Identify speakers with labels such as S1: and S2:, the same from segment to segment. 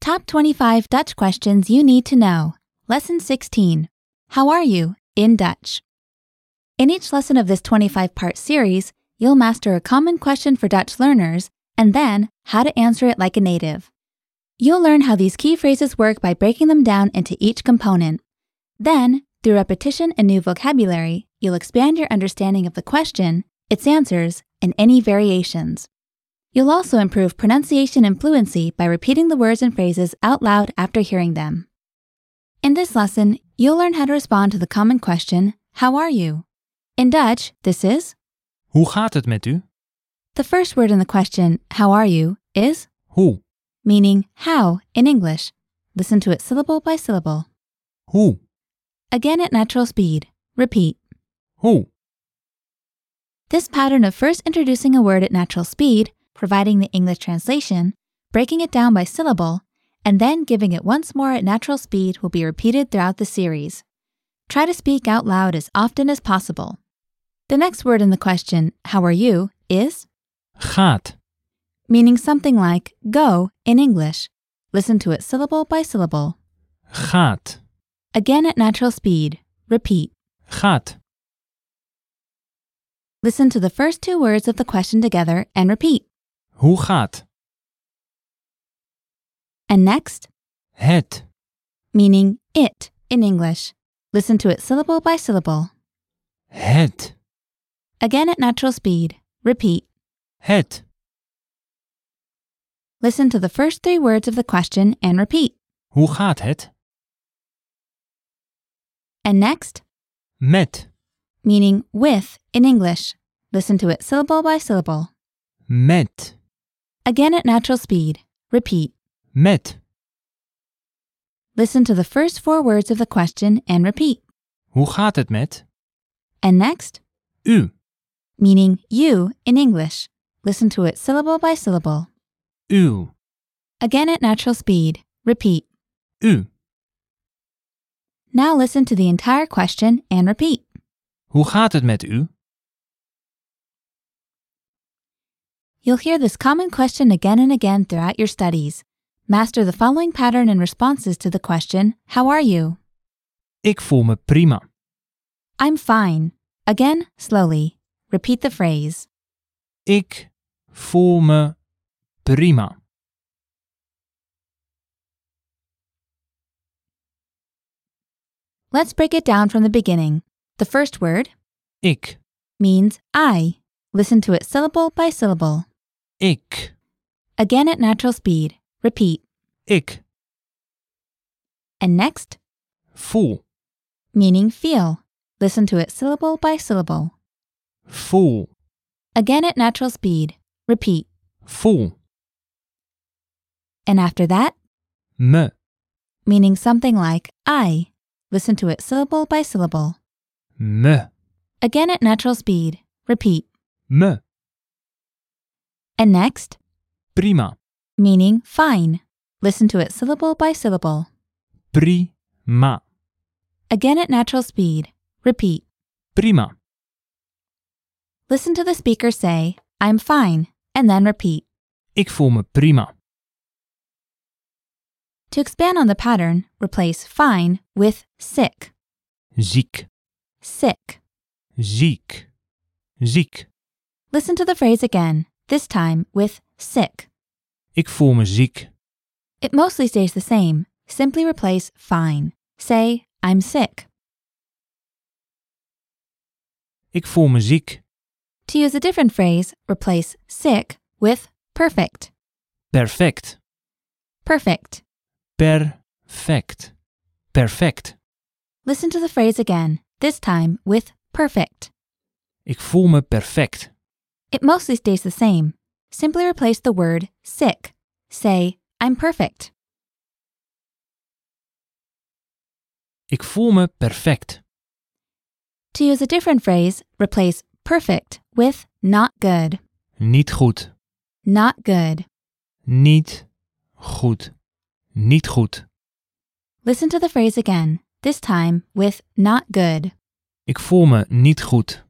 S1: Top 25 Dutch questions you need to know. Lesson 16. How are you in Dutch? In each lesson of this 25 part series, you'll master a common question for Dutch learners and then how to answer it like a native. You'll learn how these key phrases work by breaking them down into each component. Then, through repetition and new vocabulary, you'll expand your understanding of the question, its answers, and any variations. You'll also improve pronunciation and fluency by repeating the words and phrases out loud after hearing them. In this lesson, you'll learn how to respond to the common question, How are you? In Dutch, this is
S2: Hoe gaat het met u?
S1: the first word in the question, How are you? is
S2: Hoe,
S1: meaning how in English. Listen to it syllable by syllable.
S2: hoe,
S1: Again at natural speed. Repeat.
S2: hoe.
S1: This pattern of first introducing a word at natural speed, providing the English translation, breaking it down by syllable, and then giving it once more at natural speed will be repeated throughout the series. Try to speak out loud as often as possible. The next word in the question, how are you, is
S2: Gaat,
S1: meaning something like go in English. Listen to it syllable by syllable.
S2: gaat,
S1: Again at natural speed. Repeat.
S2: gaat.
S1: Listen to the first two words of the question together and repeat.
S2: Hoe gaat?
S1: And next,
S2: Het,
S1: meaning it in English. Listen to it syllable by syllable.
S2: het,
S1: Again at natural speed. Repeat.
S2: het.
S1: Listen to the first three words of the question and repeat.
S2: Hoe gaat het?
S1: And next,
S2: Met,
S1: meaning with in English. Listen to it syllable by syllable.
S2: met,
S1: Again at natural speed. Repeat.
S2: met.
S1: Listen to the first four words of the question and repeat.
S2: Hoe gaat het met
S1: And next,
S2: u?
S1: meaning you in English. Listen to it syllable by syllable.
S2: Uw,
S1: Again at natural speed. Repeat.
S2: u.
S1: Now listen to the entire question and repeat.
S2: Hoe gaat het met u?
S1: You'll hear this common question again and again throughout your studies. Master the following pattern and responses to the question, How are you?
S2: Ik voel me prima.
S1: I'm fine. Again, slowly. Repeat the phrase.
S2: Ik voel me prima.
S1: Let's break it down from the beginning. The first word
S2: Ik,
S1: means I. Listen to it syllable by syllable.
S2: ik,
S1: Again at natural speed. Repeat.
S2: ik.
S1: And next,
S2: Voel,
S1: meaning feel. Listen to it syllable by syllable.
S2: voel,
S1: Again at natural speed. Repeat.
S2: voel.
S1: And after that,
S2: Me,
S1: meaning something like I. Listen to it syllable by syllable.
S2: me,
S1: Again at natural speed. Repeat.
S2: me.
S1: And next,
S2: Prima,
S1: meaning fine. Listen to it syllable by syllable.
S2: prima.
S1: Again at natural speed. Repeat.
S2: Prima.
S1: Listen to the speaker say, I'm fine, and then repeat.
S2: Ik voel me prima.
S1: To expand on the pattern, replace fine with sick.
S2: Ziek.
S1: Sick.
S2: Ziek. Ziek.
S1: Listen to the phrase again, this time with sick.
S2: Ik voel me ziek.
S1: It mostly stays the same. Simply replace fine. Say, I'm sick.
S2: Ik voel me ziek.
S1: To use a different phrase, replace sick with perfect.
S2: Perfect.
S1: Perfect.
S2: Perfect. Perfect.
S1: Listen to the phrase again, this time with perfect.
S2: Ik voel me perfect.
S1: It mostly stays the same. Simply replace the word sick. Say, I'm perfect.
S2: Ik voel me perfect.
S1: To use a different phrase, replace perfect with not good.
S2: Niet goed.
S1: Not good.
S2: Niet goed. Niet goed.
S1: Listen to the phrase again, this time with not good.
S2: Ik voel me niet goed.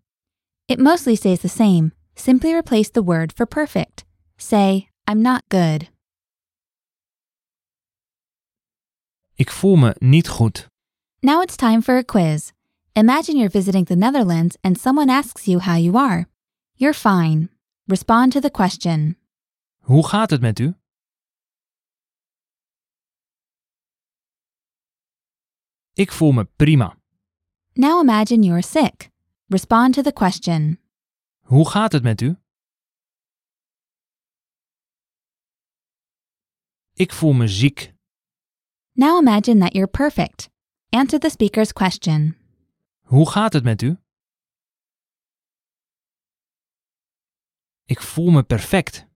S1: It mostly stays the same. Simply replace the word for perfect. Say, I'm not good.
S2: Ik voel me niet goed.
S1: Now it's time for a quiz. Imagine you're visiting the Netherlands and someone asks you how you are. You're fine. Respond to the question.
S2: Hoe gaat het met u? Ik voel me prima.
S1: Now imagine you're sick. Respond to the question.
S2: Hoe gaat het met u? Ik voel me ziek.
S1: Now imagine that you're perfect. Answer the speaker's question.
S2: Hoe gaat het met u? Ik voel me perfect.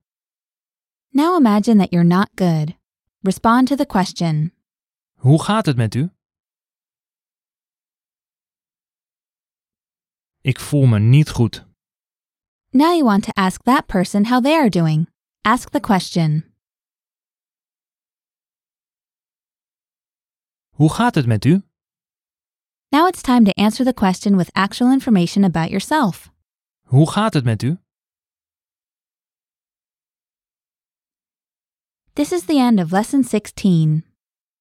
S1: Now imagine that you're not good. Respond to the question.
S2: Hoe gaat het met u? Ik voel me niet goed.
S1: Now you want to ask that person how they are doing. Ask the question.
S2: Hoe gaat het met u?
S1: Now it's time to answer the question with actual information about yourself.
S2: Hoe gaat het met u?
S1: This is the end of lesson 16.